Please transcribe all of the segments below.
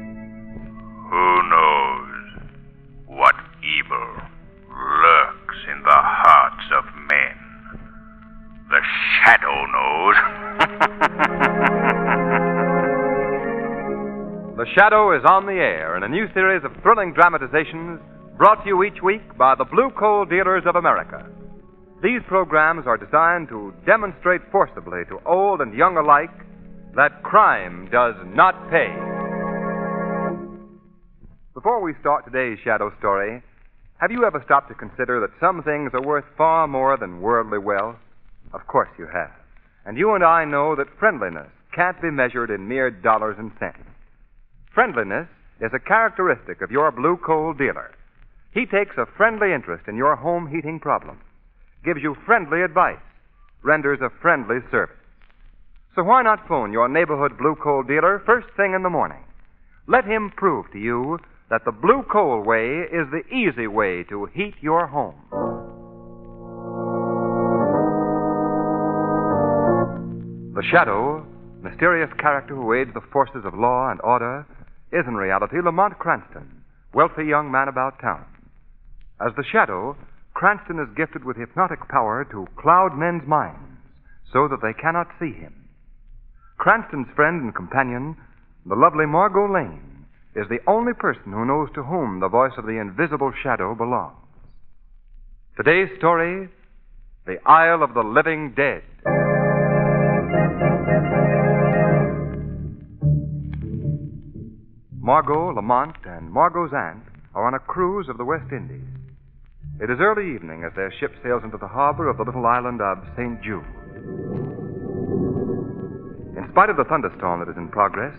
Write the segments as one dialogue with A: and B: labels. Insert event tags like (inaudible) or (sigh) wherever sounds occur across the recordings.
A: Who knows what evil lurks in the hearts of men? The shadow (laughs) knows.
B: The Shadow is on the air in a new series of thrilling dramatizations brought to you each week by the Blue Coal Dealers of America. These programs are designed to demonstrate forcibly to old and young alike that crime does not pay. Before we start today's Shadow story, have you ever stopped to consider that some things are worth far more than worldly wealth? Of course you have. And you and I know that friendliness can't be measured in mere dollars and cents. Friendliness is a characteristic of your blue coal dealer. He takes a friendly interest in your home heating problem, gives you friendly advice, renders a friendly service. So why not phone your neighborhood blue coal dealer first thing in the morning? Let him prove to you that the blue coal way is the easy way to heat your home. The Shadow, mysterious character who aids the forces of law and order, is in reality Lamont Cranston, wealthy young man about town. As the Shadow, Cranston is gifted with hypnotic power to cloud men's minds so that they cannot see him. Cranston's friend and companion, the lovely Margot Lane, is the only person who knows to whom the voice of the invisible Shadow belongs. Today's story The Isle of the Living Dead. Margot, Lamont, and Margot's aunt are on a cruise of the West Indies. It is early evening as their ship sails into the harbor of the little island of St. Jude. In spite of the thunderstorm that is in progress,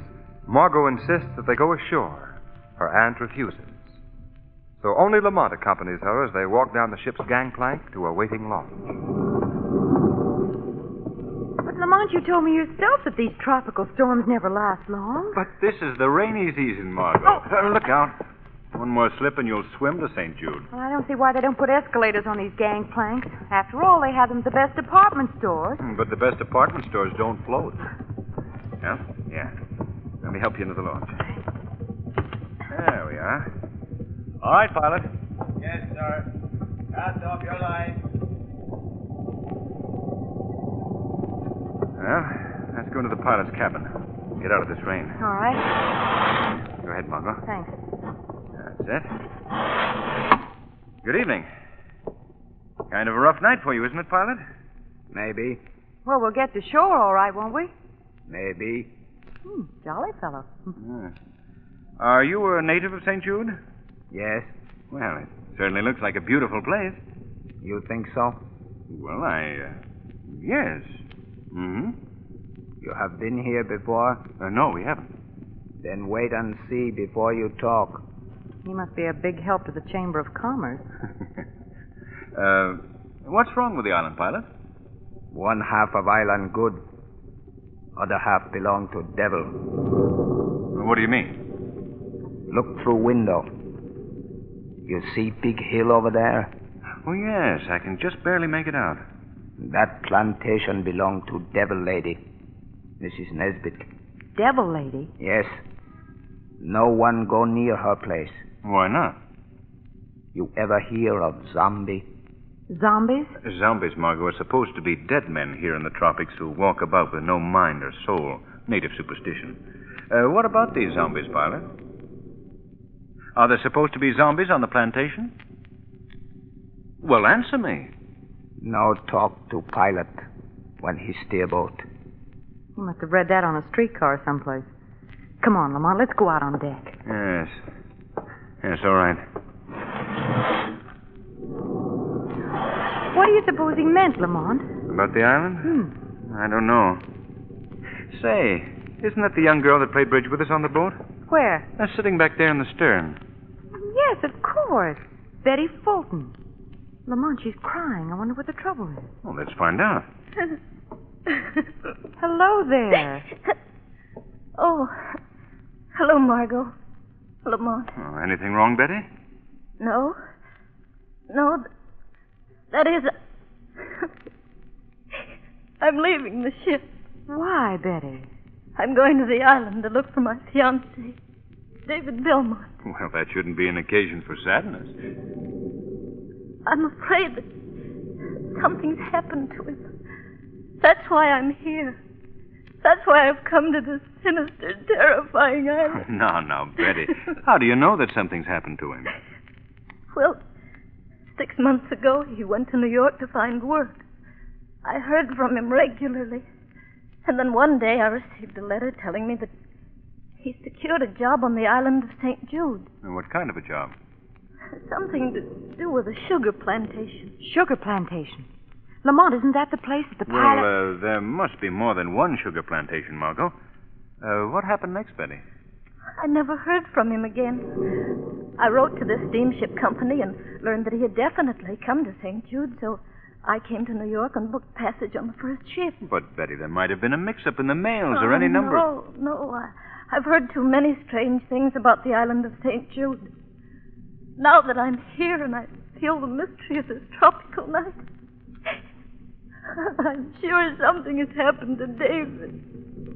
B: Margot insists that they go ashore. Her aunt refuses. So only Lamont accompanies her as they walk down the ship's gangplank to a waiting launch.
C: But Lamont, you told me yourself that these tropical storms never last long.
D: But this is the rainy season, Margot. Uh, look out. One more slip and you'll swim to St. Jude.
C: Well, I don't see why they don't put escalators on these gangplanks. After all, they have them at the best department stores.
D: Hmm, But the best apartment stores don't
A: (laughs)
D: float. Yeah? Yeah. Let me help you into the launch. There we are. All right, pilot.
E: Yes, sir. Cast off your line.
D: Well, let's go into the pilot's cabin. Get out of this rain.
C: All right,
D: Go ahead, Margot.
C: thanks.
D: That's it. Good evening. Kind of a rough night for you, isn't it, pilot?
E: Maybe.
C: Well, we'll get to shore all right, won't we?
E: Maybe.
C: Hmm, jolly fellow.
D: Yeah. Are you a native of St. Jude?
E: Yes.
D: Well, it certainly looks like a beautiful place.
E: You think so?
D: Well, I. Uh, yes. Mm
E: You have been here before?
D: hmm. Uh, no, we haven't.
E: Then wait and see before you talk.
C: He must be a big help to the Chamber of Commerce.
D: uh, what's wrong with the island, pilot?
E: One half of island good, other half belong to devil.
D: What do you mean?
E: Look through window. You see big hill over there?
D: Oh, yes, I can just barely make it out.
E: That plantation belong to devil lady, Mrs. Nesbit.
C: Devil lady.
E: Yes. No one go near her place.
D: Why not?
E: You ever hear of zombie?
C: Zombies?
D: Zombies, Margot, are supposed to be dead men here in the tropics who walk about with no mind or soul. Native superstition. Uh, what about these zombies, pilot? Are there supposed to be zombies on the plantation? Well, answer me.
E: No talk to pilot when he steer boat.
C: You must have read that on a streetcar someplace. Come on, Lamont, let's go out on deck.
D: Yes. Yes, all right.
C: What do you suppose he meant, Lamont?
D: About the island?
C: Hmm.
D: I don't know. Say, isn't that the young girl that played bridge with us on the boat?
C: Where?
D: That's sitting back there in the stern.
C: Yes, of course. Betty Fulton. Lamont, she's crying. I wonder what the trouble is.
D: Well, let's find out.
C: Hello there.
F: (laughs) oh, hello, Margot. Lamont.
D: Oh, anything wrong, Betty?
F: No. No, th- that is. (laughs) I'm leaving the ship.
C: Why, Betty?
F: I'm going to the island to look for my fiancé, David Belmont.
D: Well, that shouldn't be an occasion for sadness.
F: I'm afraid that something's happened to him. That's why I'm here. That's why I've come to this sinister, terrifying island.
D: No, no,
F: (laughs)
D: Betty. How do you know that something's happened to him?
F: (laughs) Well, six months ago, he went to New York to find work. I heard from him regularly. And then one day, I received a letter telling me that he secured a job on the island of St. Jude.
D: And what kind of a job?
F: Something to do with a sugar plantation.
C: Sugar plantation. Lamont, isn't that the place that the
D: Well,
C: pilot.
D: uh, there must be more than one sugar plantation, Margot. Uh, what happened next, Betty?
F: I never heard from him again. I wrote to the steamship company and learned that he had definitely come to St. Jude, so I came to New York and booked passage on the first ship.
D: But, Betty, there might have been a mix up in the mails or any
F: Oh,
D: number. of-
F: No, no. I, I've heard too many strange things about the island of St. Jude. Now that I'm here and I feel the mystery of this tropical night, (laughs) I'm sure something has happened to David.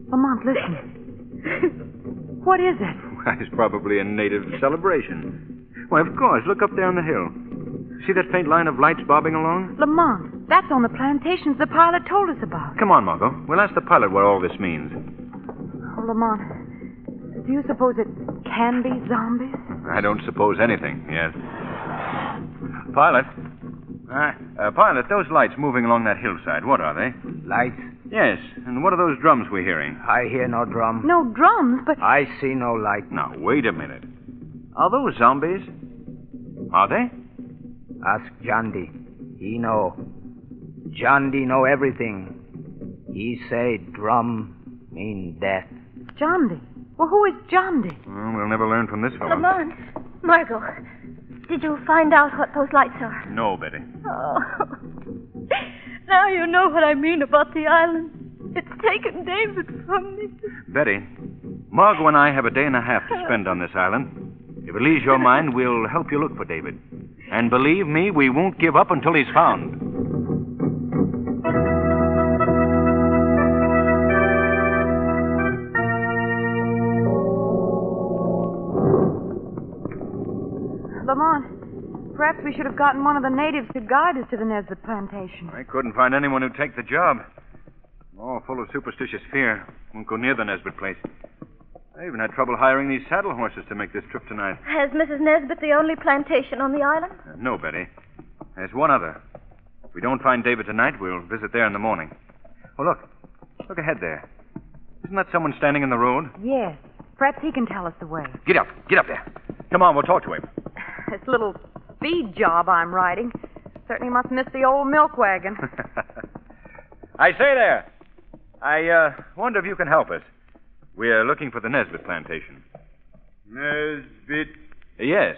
C: Lamont, listen. What is it?
D: Why, It's probably a native celebration. Why, of course. Look up there on the hill. See that faint line of lights bobbing along?
C: Lamont, that's on the plantations the pilot told us about.
D: Come on, Margot. We'll ask the pilot what all this means.
C: Oh, Lamont, do you suppose it can be zombies?
D: I don't suppose anything, yes. Pilot. Ah, uh, pilot, those lights moving along that hillside, what are they?
E: Lights,
D: Yes, and what are those drums we're hearing?
E: I hear no drum.
C: No drums, but
E: I see no light.
D: Now, wait a minute. Are those zombies? Are they?
E: Ask Jandy. He know. Jandy know everything. He say drum mean death.
C: Johndy. Well, who is Johndy?
D: Well, we'll never learn from this fellow.
F: Lamont, Margot, did you find out what those lights are? (laughs)
D: No, Betty.
F: Oh. now you know what I mean about the island. It's taken David from me.
D: Betty, Margot and I have a day and a half to spend on this island. If it leaves your mind, we'll help you look for David. And believe me, we won't give up until he's found.
C: Lamont, perhaps we should have gotten one of the natives to guide us to the Nesbitt plantation.
D: I couldn't find anyone who'd take the job. All full of superstitious fear. Won't go near the Nesbit place. I even had trouble hiring these saddle horses to make this trip tonight.
F: Has Mrs. Nesbit the only plantation on the island?
D: Uh, No, Betty. There's one other. If we don't find David tonight, we'll visit there in the morning. Oh, look. Look ahead there. Isn't that someone standing in the road?
C: Yes. Perhaps he can tell us the way.
D: Get up. Get up there. Come on, we'll talk to him.
C: This little speed job I'm riding certainly must miss the old milk
F: (laughs)
C: wagon.
D: (laughs) I say there. I uh, wonder if you can help us. We're looking for the Nesbit plantation.
G: Nesbit,
D: Yes.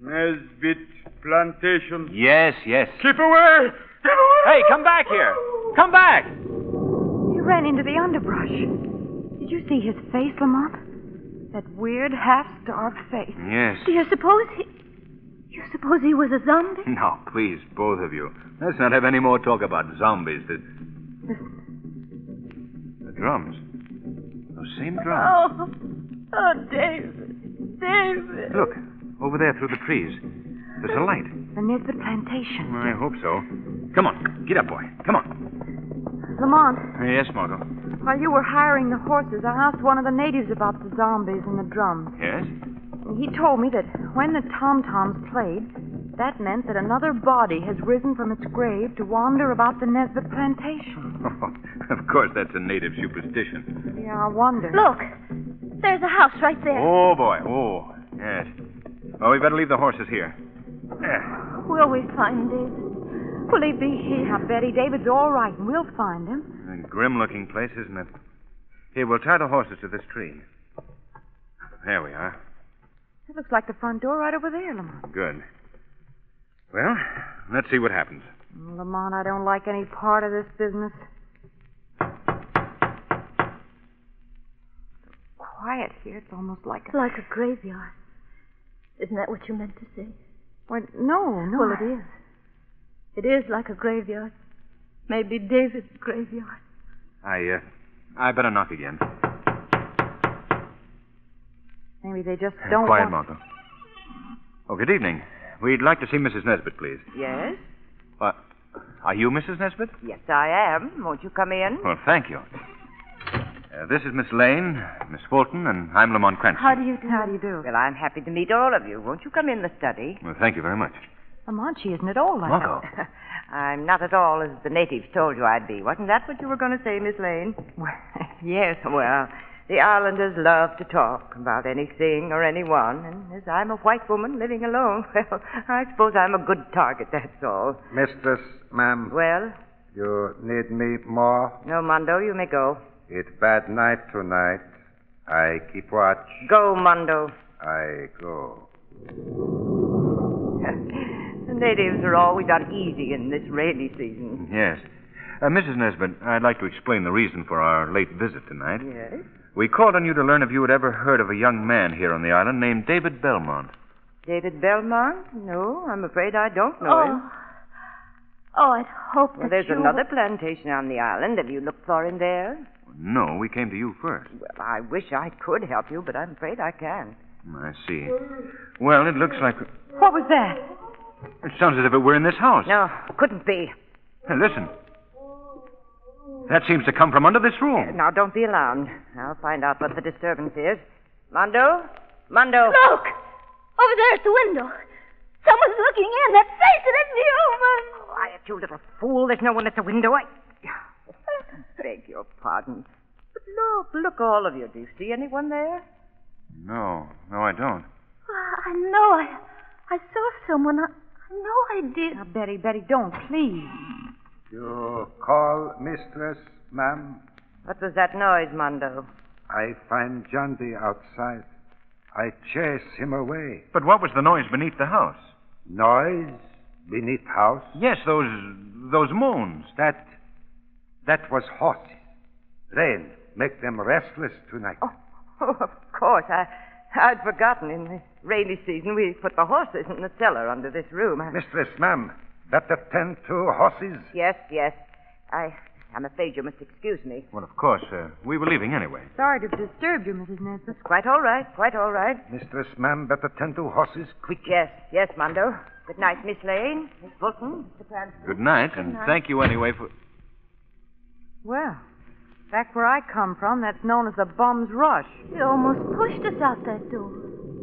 G: Nesbit Plantation.
D: Yes, yes.
G: Keep away! Keep away!
D: Hey, come back here. Come back.
C: He ran into the underbrush. Did you see his face, Lamont? That weird, half-starved face.
D: Yes. (laughs)
F: Do you suppose he. You suppose he was a zombie?
D: Now, please, both of you. Let's not have any more talk about zombies. The, the drums. Those same drums.
F: Oh. Oh, David. David.
D: Look, over there through the trees. There's a light.
C: The Nesbitt plantation.
D: I hope so. Come on. Get up, boy. Come on.
C: Lamont,
D: Yes, Margot.
C: while you were hiring the horses, I asked one of the natives about the zombies and the drums.
D: Yes?
C: He told me that when the tom toms played, that meant that another body has risen from its grave to wander about the Nesbit plantation.
D: (laughs) of course, that's a native superstition.
C: Yeah, I wonder.
F: Look, there's a house right there.
D: Oh, boy. Oh, yes. Well, we better leave the horses here. There.
F: Will we find David? Will he be here?
C: Now, Betty, David's all right, and we'll find him.
D: A grim looking place, isn't it? Here, we'll tie the horses to this tree. There we are.
C: It looks like the front door right over there, Lamont.
D: Good. Well, let's see what happens.
C: Oh, Lamont, I don't like any part of this business. So quiet here. It's almost like a.
F: Like a graveyard. Isn't that what you meant to say?
C: Well, no, no.
F: Well, it is. It is like a graveyard. Maybe David's graveyard.
D: I, uh, I better knock again.
C: Maybe they just don't.
D: Quiet,
C: want...
D: Martha. Oh, good evening. We'd like to see Mrs. Nesbit, please.
H: Yes?
D: Uh, are you Mrs. Nesbit?
H: Yes, I am. Won't you come in?
D: Well, thank you. Uh, this is Miss Lane, Miss Fulton, and I'm Lamont Cranston.
C: How do you do? How do you do?
H: Well, I'm happy to meet all of you. Won't you come in the study?
D: Well, thank you very much.
C: Lamont, she Um, isn't at all like
D: Margot.
C: that. (laughs)
H: I'm not at all as the natives told you I'd be. Wasn't that what you were going to say, Miss Lane? Well, yes, well, the islanders love to talk about anything or anyone, and as I'm a white woman living alone, (laughs) well, I suppose I'm a good target, that's all.
E: Mistress, ma'am,
H: Well,
E: you need me more?
H: no, Mondo, you may go.
E: It's bad night tonight. I keep watch.
H: Go, Mondo.
E: I go.
H: (laughs) the natives are always uneasy in this rainy season.
D: Yes. Uh, Mrs. Nesbit, I'd like to explain the reason for our late visit tonight.
H: Yes?
D: We called on you to learn if you had ever heard of a young man here on the island named David Belmont.
H: David Belmont? No, I'm afraid I don't know him.
F: Oh. Oh, I'd hope
H: Well,
F: that
H: there's
F: you...
H: another plantation on the island. Have you looked for him there?
D: No, we came to you first.
H: Well, I wish I could help you, but I'm afraid I can't.
D: I see. Well, it looks like.
C: What was that?
D: It sounds as if it were in this house.
H: No, couldn't be.
D: Hey, listen. That seems to come from under this room.
H: Now, don't be alarmed. I'll find out what the disturbance is. Mondo? Mondo?
F: Look! Over there at the window. Someone's looking in. That face, it isn't human.
H: Quiet, you little fool. There's no one at the window. I beg your pardon. But look, look, all of you. Do you see anyone there?
D: No, no, I don't.
F: I I know. I, I saw someone. I, I know I did.
C: Now, Betty, Betty, don't, please.
E: You call, mistress, ma'am?
H: What was that noise, Mondo?
E: I find Jandy outside. I chase him away.
D: But what was the noise beneath the house?
E: Noise beneath house.
D: Yes, those. those moans.
E: That that was horses. Rain make them restless tonight.
H: Oh, of course. I, I'd forgotten. In the rainy season, we put the horses in the cellar under this room. I-
E: Mistress, ma'am, that attend to horses.
H: Yes, yes. I, I'm afraid you must excuse me.
D: Well, of course, uh, we were leaving anyway.
C: Sorry to have disturbed you, Mrs. Nesbit.
H: Quite all right, quite all right.
E: Mistress, ma'am, that attend to horses. Quick.
H: Yes, yes, Mondo. Good night, Miss Lane, Miss Fulton, Mr. Cranston.
D: Good night, and thank you anyway for.
C: Well, back where I come from, that's known as the Bum's Rush.
F: He almost pushed us out that door.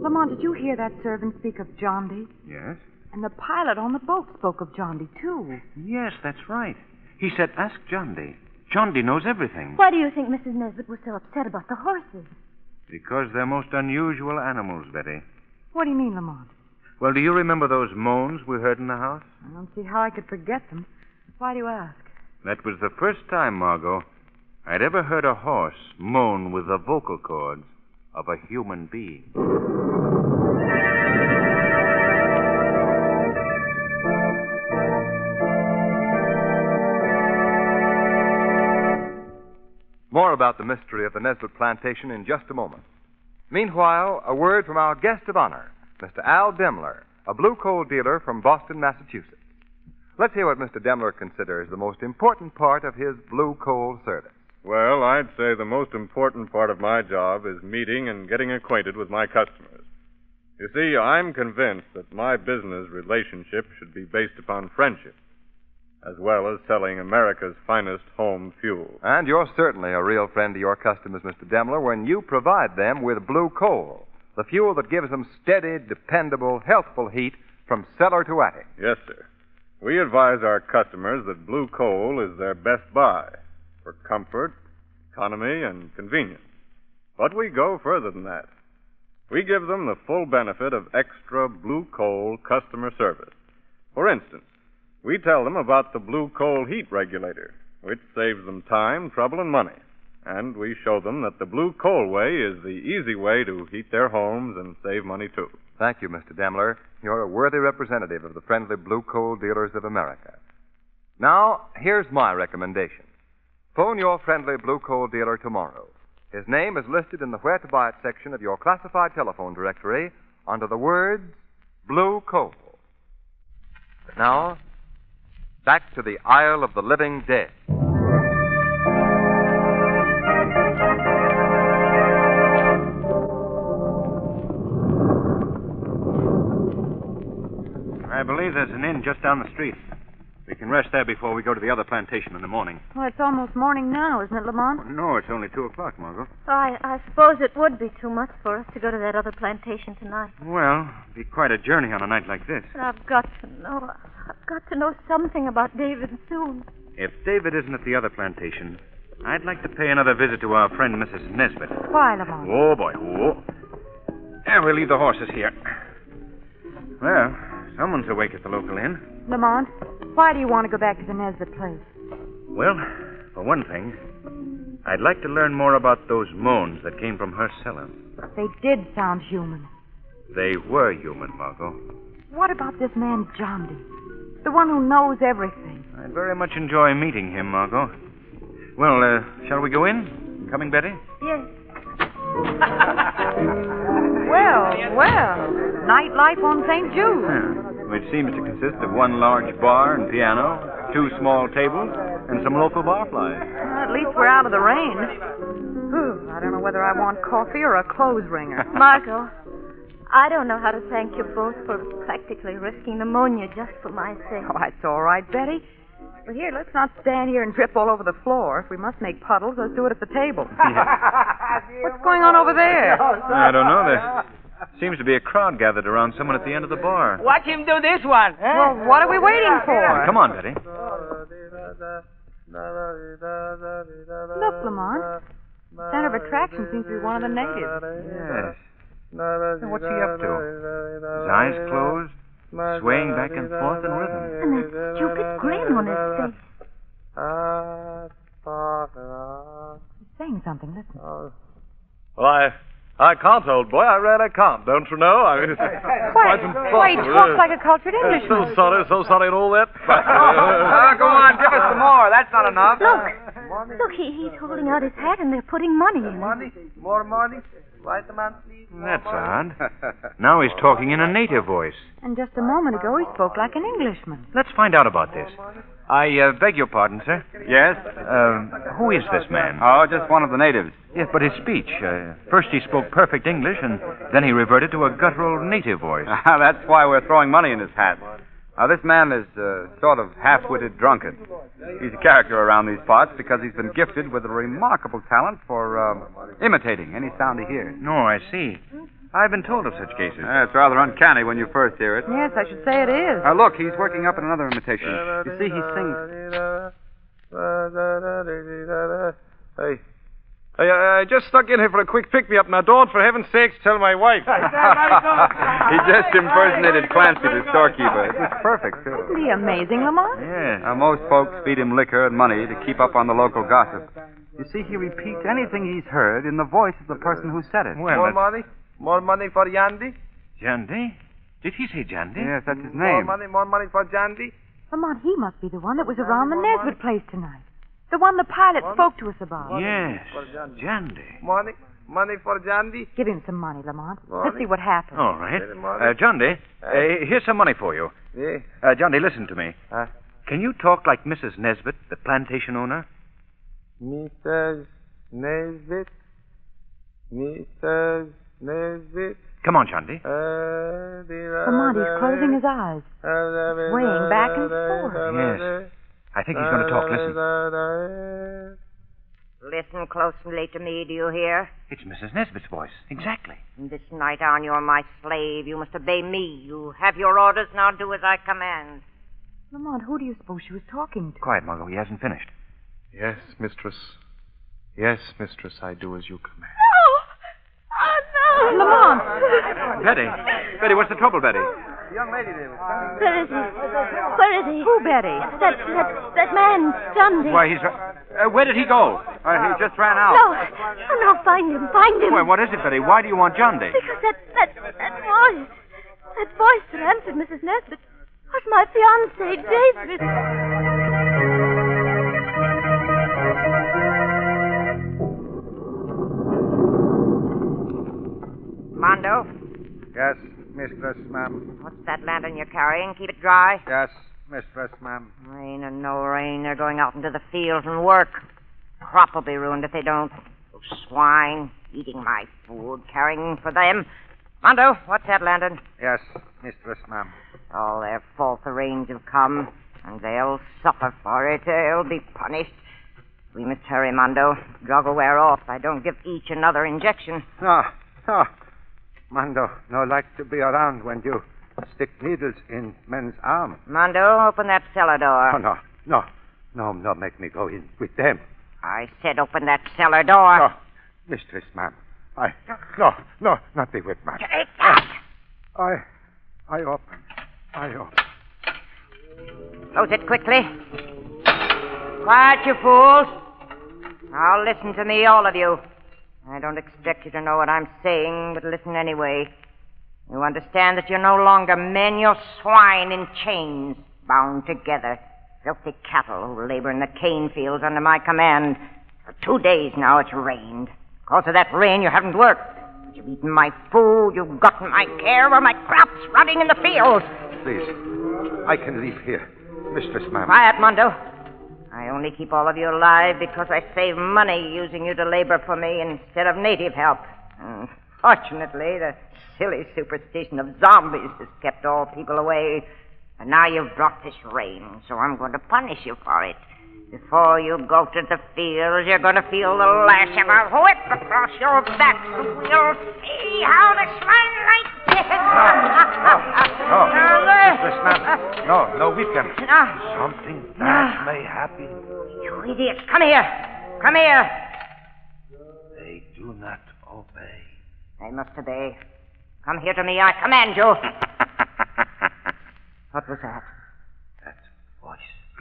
C: Lamont, did you hear that servant speak of John D?
D: Yes?
C: And the pilot on the boat spoke of John D, too.
D: Yes, that's right. He said, ask Johndy. Johndy knows everything.
F: Why do you think Mrs. Nesbit was so upset about the horses?
D: Because they're most unusual animals, Betty.
C: What do you mean, Lamont?
D: Well, do you remember those moans we heard in the house?
C: I don't see how I could forget them. Why do you ask?
D: That was the first time, Margot, I'd ever heard a horse moan with the vocal cords of a human being.
B: More about the mystery of the Nesbit plantation in just a moment. Meanwhile, a word from our guest of honor, Mr. Al Demler, a blue coal dealer from Boston, Massachusetts. Let's hear what Mr. Demler considers the most important part of his blue coal service.
G: Well, I'd say the most important part of my job is meeting and getting acquainted with my customers. You see, I'm convinced that my business relationship should be based upon friendship, as well as selling America's finest home fuel.
B: And you're certainly a real friend to your customers, Mr. Demler, when you provide them with blue coal, The fuel that gives them steady, dependable, healthful heat from cellar to attic.
G: Yes, sir. We advise our customers that blue coal is their best buy for comfort, economy, and
I: (laughs)
G: convenience. But we go further than that. We give them the full benefit of extra blue coal customer service. For instance, we tell them about the blue coal heat regulator, which saves them time, trouble, and money. And we show them that the blue coal way is the easy way to heat their homes and save money, too.
B: Thank you, Mr. Demler. You're a worthy representative of the friendly blue coal dealers of America. Now, here's my recommendation phone your friendly blue coal dealer tomorrow. His name is listed in the Where to Buy It section of your classified telephone directory under the words Blue Coal. Now, back to the Isle of the Living Dead.
D: I believe there's an inn just down the street. We can rest there before we go to the other plantation in the morning.
C: Well, it's almost morning now, isn't it, Lamont?
D: Oh, No, it's only two o'clock, Margot.
F: So I, I suppose it would be too much for us to go to that other plantation tonight.
D: Well, it'd be quite a journey on a night like this.
F: But I've got to know. I've got to know something about David soon.
D: If David isn't at the other plantation, I'd like to pay another visit to our friend Mrs. Nesbit.
C: Why, Lamont?
D: Oh, boy. Oh. And we'll leave the horses here. Well, someone's awake at the local inn.
C: Lamont, why do you want to go back to the Nesbit place?
D: Well, for one thing, I'd like to learn more about those moans that came from her cellar.
C: They did sound human.
D: They were human, Margot.
C: What about this man, Jondi? The one who knows everything.
D: I'd very much enjoy meeting him, Margot. Well, uh, shall we go in? Coming, Betty?
F: Yes.
C: (laughs) Well, well. Nightlife on St. Jude.
D: Which seems to consist of one large bar and piano, two small tables, and some local barflies.
C: Well, at least we're out of the rain. Whew, I don't know whether I want coffee or a clothes
F: (laughs)
C: wringer.
F: Margot, I don't know how to thank you both for practically risking pneumonia just for my sake.
C: Oh, that's all right, Betty. But here, let's not stand here and drip all over the floor. If we must make puddles, let's do it at the
D: (laughs)
C: table. What's going on over there?
D: I don't know. There seems to be a crowd gathered around someone at the end of the bar.
E: Watch him do this one. Huh?
C: Well, what are we waiting for?
D: Come on, Betty.
C: Look, Lamont. Center of attraction seems to be one of the natives.
D: Yes. Now, what's he up to? His eyes closed, swaying back and forth in rhythm.
F: And that stupid grin on his face.
C: He's saying something. Listen.
J: Well, I, I can't, old boy. (laughs) I really can't. Don't you know? I mean, it's
C: Why,
J: quite
C: why he
J: impossible.
C: talks like a cultured
J: I'm
C: Englishman.
J: so sorry, so sorry, and all that.
G: (laughs)
J: uh,
H: Ah, go on, give us some more. That's not enough. Uh,
F: Look. Look, he, he's holding out his hat and they're putting money in it.
H: Money, more money. Right the man, please.
D: That's odd. Now he's talking in a native voice.
C: And just a moment ago, he spoke like an Englishman.
D: Let's find out about this. I uh, beg your pardon, sir.
I: Yes?
D: Um, who is this man?
I: Oh, just one of the natives.
D: Yes, but his speech. Uh, first he spoke perfect English, and then he reverted to a guttural native
I: (laughs)
D: voice.
I: Ah, That's why we're throwing money in his hat. Now, this man is a sort of half-witted drunkard. He's a character around these parts because he's been gifted with a remarkable talent for um, imitating any sound he hears.
D: No, I see. I've been told of such cases.
I: Yeah, it's rather uncanny when you first hear it.
C: Yes, I should say it is.
I: Now, look, he's working up at another imitation. You see, he sings.
J: Hey. Hey, I I just stuck in here for a quick pick me up. Now, don't, for heaven's sakes, tell my
I: (laughs)
J: wife.
I: he just impersonated Clancy, the storekeeper. It was perfect, too.
C: Isn't he amazing, Lamont?
D: Yes.
I: Now, most folks feed him liquor and money to keep up on the local gossip. You see, he repeats anything he's heard in the voice of the person who said it.
H: more money, more money for Yandy.
D: Jandy? Did he say Jandy?
I: Yes, that's his
H: More
I: name.
H: money, more money for Yandy.
C: Lamont, he must be the one that was around the Nesbit place tonight. The one the pilot spoke to us about.
D: Yes. Jandy.
H: Money, money for Yandy.
C: Give him some money, Lamont. Let's see what happens.
D: All right. Uh, Jandy, uh, here's some money for you.
H: Yeah.
D: Uh, Jandy, listen to me. Can you talk like Mrs. Nesbit, the plantation owner?
H: Mrs. Nesbit. Mrs. Nesbit.
D: Come on, Jandy.
C: Lamont, he's closing his eyes. Swaying back and forth.
D: Yes. I think he's going to talk. Listen.
H: Listen. Listen closely to me, do you hear?
E: It's Mrs. Nesbit's voice. Exactly.
H: From this night on, you're my slave. You must obey me. You have your orders. Now do as I command.
C: Lamont, who do you suppose she was talking to?
E: Quiet, Margot. He hasn't finished.
K: Yes, mistress. Yes, mistress, I do as you command.
F: Oh, no!
H: (laughs)
C: Lamont!
I: Betty. Betty, what's the trouble, Betty?
J: The young lady there.
F: Where is he? Where is he?
C: Who, Betty?
F: That, that, that man, Dundee.
I: Why, he's. Uh, where did he go? Uh, he just ran out.
F: No, oh, no, find him, find him.
I: Why, what is it, Betty? Why do you want John Day?
F: Because that, that, that voice, that voice that answered Mrs. Nesbit was my fiancé, David.
H: Mondo,
J: Yes, mistress, ma'am.
H: what's that lantern you're carrying? Keep it dry.
J: Yes, mistress, ma'am.
H: Rain or no rain, they're going out into the fields and work. Crop will be ruined if they don't. Those swine eating my food, carrying for them. Mondo, what's that lantern?
J: Yes, mistress, ma'am.
H: All their fault the rains have come, and they'll suffer for it. They'll be punished. We must hurry, Mondo. Drug will wear off. I don't give each another injection.
J: Ah, ah. Mondo, no like to be around when you stick needles in men's arms.
H: Mondo, open that cellar door.
J: No, Oh, no, no. No, no, make me go in with them.
H: I said open that cellar door.
J: No, mistress, ma'am. I. No, no, not be with ma'am.
H: Take that!
J: I. I open. I open.
H: Close it quickly. Quiet, you fools. Now listen to me, all of you. I don't expect you to know what I'm saying, but listen anyway. You understand that you're no longer men, you're swine in chains, bound together. Filthy cattle who labor in the cane fields under my command. For two days now it's rained. Because of that rain, you haven't worked. But You've eaten my food, you've gotten my care, or my crops rotting in the fields.
J: Please, I can leave here. Mistress, ma'am.
H: Quiet, Mondo. I only keep all of you alive because I save money using you to labor for me instead of native help. And fortunately, the silly superstition of zombies has kept all people away. And now you've brought this rain, so I'm going to punish you for it. Before you go to the fields, you're going to feel the lash of a whip across your back. We'll see how the swine like this.
J: No,
H: Now, there.
J: mistress, ma'am. No, no, we can.
H: Now,
J: Something bad may happen.
H: You idiots, Oh, come here. Come here.
J: They do not obey.
H: They must obey. Come here to me. I command you. (laughs) what was that?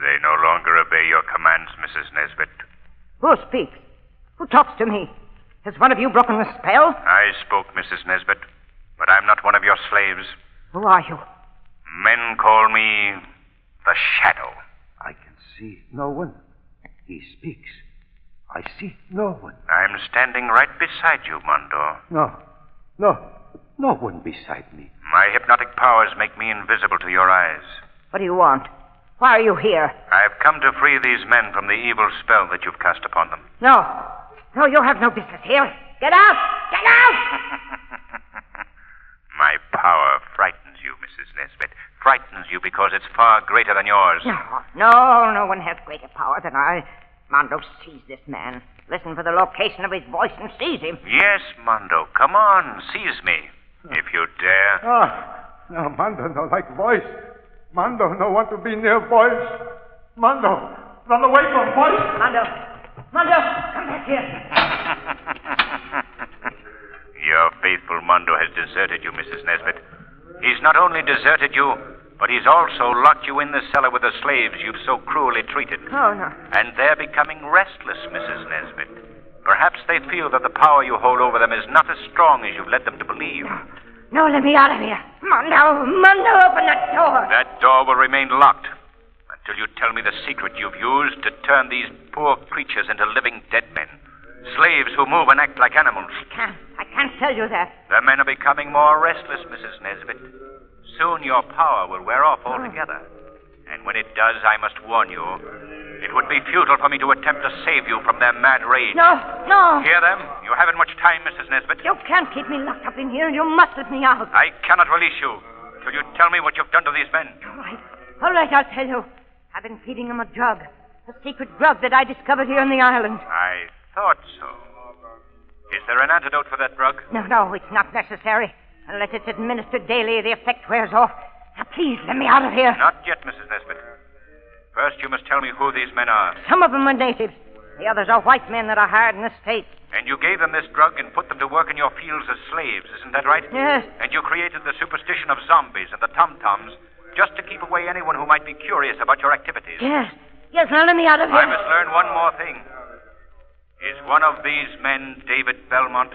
D: They no longer obey your commands, Mrs. Nesbit.
H: Who speaks? Who talks to me? Has one of you broken the spell?
D: I spoke, Mrs. Nesbit, but I'm not one of your slaves.
H: Who are you?
D: Men call me the Shadow.
J: I can see no one. He speaks. I see no one.
D: I'm standing right beside you, Mondo.
J: No, no, no one beside me.
D: My hypnotic powers make me invisible to your eyes.
H: What do you want? Why are you here?
D: I've come to free these men from the evil spell that you've cast upon them. (laughs)
H: No. No, you have no business here. Get out! Get out! (laughs)
D: My power frightens you, Mrs. Nesbit. Frightens you because it's far greater than yours.
H: No, no one has greater power than I. Mondo, seize this man. Listen for the location of his voice and seize him.
D: Yes, Mondo. Come on, seize me. If you dare.
J: Ah, no, Mondo, no like voice. Mondo, no want to be near voice. Mondo, run away from voice.
H: Mondo! Mondo! Come back here!
D: Your faithful Mondo has deserted you, Mrs. Nesbit. He's not only deserted you, but he's also locked you in the cellar with the slaves you've so cruelly treated.
H: Oh, no.
D: And they're becoming restless, Mrs. Nesbit. Perhaps they feel that the power you hold over them is not as strong as you've led them to believe.
H: No, let me out of here. Mondo, Mondo, open that door.
D: That door will remain locked until you tell me the secret you've used to turn these poor creatures into living dead men. Slaves who move and act like animals.
H: Can't, I can't tell you that.
D: The men are becoming more restless, Mrs. Nesbit. Soon your power will wear off altogether. And when it does, I must warn you. It would be futile for me to attempt to save you from their mad rage.
H: No, no.
D: Hear them? You haven't much time, Mrs. Nesbit.
H: You can't keep me locked up in here, and you must let me out.
D: I cannot release you till you tell me what you've done to these men.
H: All right, all right, I'll tell you. I've been feeding them a drug, a secret drug that I discovered here on the island.
D: I
A: thought so. Is there an antidote for that drug?
L: No, no, it's not necessary. Unless it's administered daily, the effect wears off. Now, please, let me out of here.
A: Not yet, Mrs. Nesbit. First, you must tell me who these men are.
L: Some of them are natives. The others are white men that are hired in the States.
A: And you gave them this drug and put them to work in your fields as slaves, isn't that right?
L: Yes.
A: And you created the superstition of zombies and the tom-toms just to keep away anyone who might be curious about your activities.
L: Yes. Yes, now let me out of here.
A: I must learn one more thing. Is one of these men David Belmont?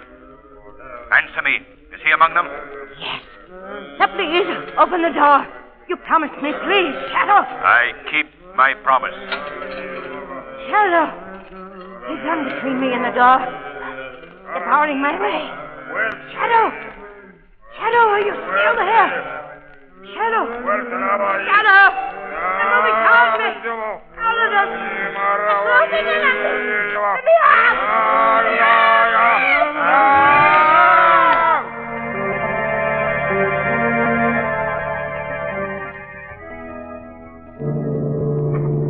A: Answer me. Is he among them?
L: Yes. Now, please, open the door. You promised me, please, Shadow.
A: I keep my promise.
L: Shadow. They run between me and the door. They're barring my way. Shadow. Shadow, are you still there? Shadow. Shadow. They're moving towards me. Out of them. They're closing in on me. Let me out.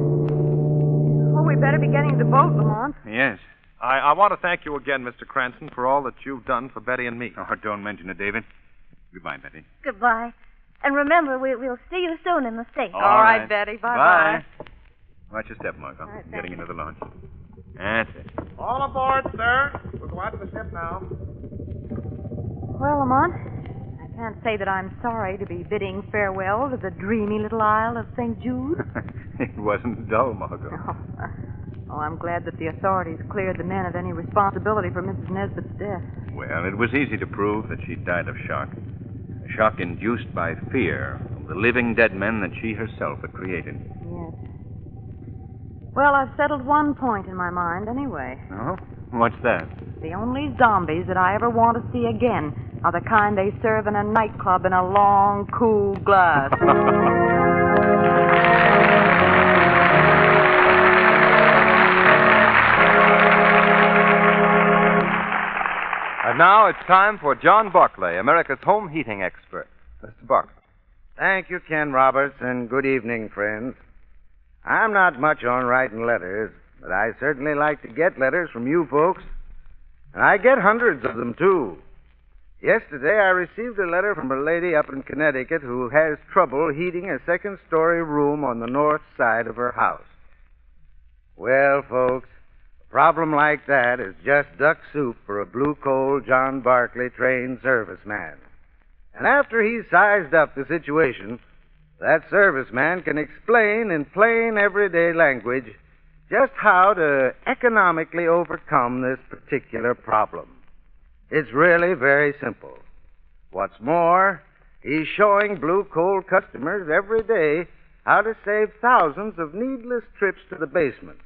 C: Oh, we better be getting to the boat, Lamont.
D: Yes.
J: I, I want to thank you again, Mr. Cranston, for all that you've done for Betty and me.
D: Oh, don't mention it, David. Goodbye, Betty.
F: Goodbye. And remember, we, we'll see you soon in the States.
D: All All right, right.
F: Betty.
D: Bye. Watch your step, Marco.
F: right, thank
D: Getting into the launch. That's it.
J: All aboard, sir. We'll go out to the ship now.
C: Well, Lamont, I can't say that I'm sorry to be bidding farewell to the dreamy little isle of St. Jude.
D: (laughs) It wasn't dull, Margot.
C: oh, I'm glad that the authorities cleared the men of any responsibility for Mrs. Nesbit's death.
D: Well, it was easy to prove that she died of shock. A shock induced by fear of the living dead men that she herself had created.
C: Yes. Well, I've settled one point in my mind anyway.
D: Oh? What's that?
C: The only zombies that I ever want to see again are the kind they serve in a nightclub in a long, cool glass.
B: And now it's time for John Barclay, America's home heating expert. Mr. Barclay.
M: Thank you, Ken Roberts, and good evening, friends. I'm not much on writing letters, but I certainly like to get letters from you folks. And I get hundreds of them, too. Yesterday, I received a letter from a lady up in Connecticut who has trouble heating a second story room on the north side of her house. Well, folks, a problem like that is just duck soup for a blue coal John Barkley trained serviceman. And after he's sized up the situation, that serviceman can explain in plain everyday language just how to economically overcome this particular problem. It's really very simple. What's more, he's showing blue coal customers every day how to save thousands of needless trips to the basement.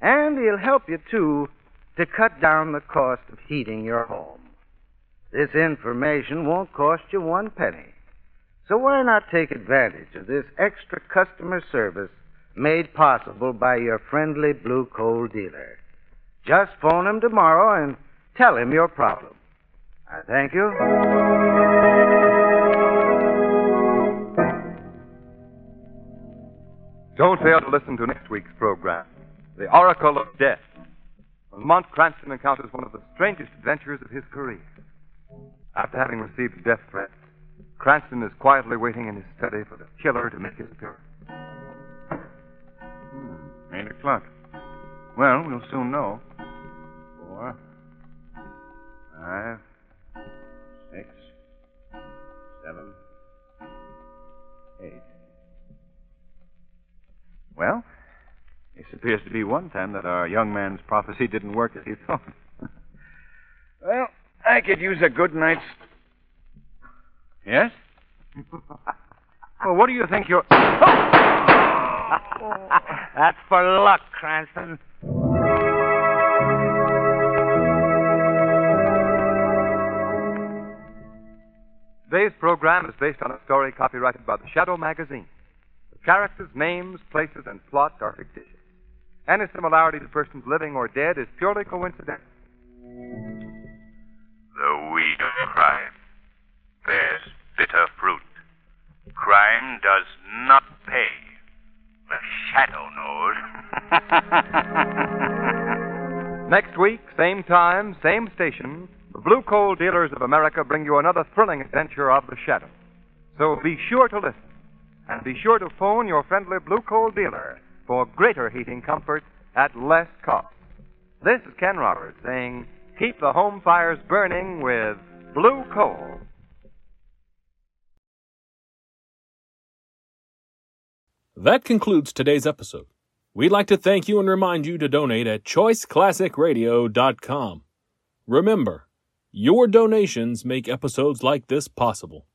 M: And he'll help you, too, to cut down the cost of heating your home. This information won't cost you one penny. So why not take advantage of this extra customer service made possible by your friendly blue coal dealer? Just phone him tomorrow and tell him your problem. I thank you.
B: Don't fail to listen to next week's program, The Oracle of Death. when Lamont Cranston encounters one of the strangest adventures of his career. After having received a death threat, Cranston is quietly waiting in his study for the killer to make his appearance.
D: Eight o'clock. Well, we'll soon know. Four, five, six, seven, eight. Well, this appears to be one time that our young man's prophecy didn't work as he thought.
N: Well, I could use a good night's.
D: Yes? well, what do you think you're.
O: That's for luck,
B: (laughs)
O: Cranston.
B: Today's program is based on a story copyrighted by the Shadow Magazine. The characters, names, places, and plot are fictitious. Any similarity to persons living or dead is purely coincidental.
P: The weed of crime bears bitter fruit. Crime does not pay. (laughs) The shadow knows.
B: Next week, same time, same station, the Blue Coal Dealers of America bring you another thrilling adventure of the shadow. So be sure to listen. And be sure to phone your friendly Blue Coal dealer for greater heating comfort at less cost. This is Ken Roberts saying, keep the home fires burning with Blue Coal.
Q: That concludes today's episode. We'd like to thank you and remind you to donate at choiceclassicradio.com. Remember, your donations make episodes like this possible.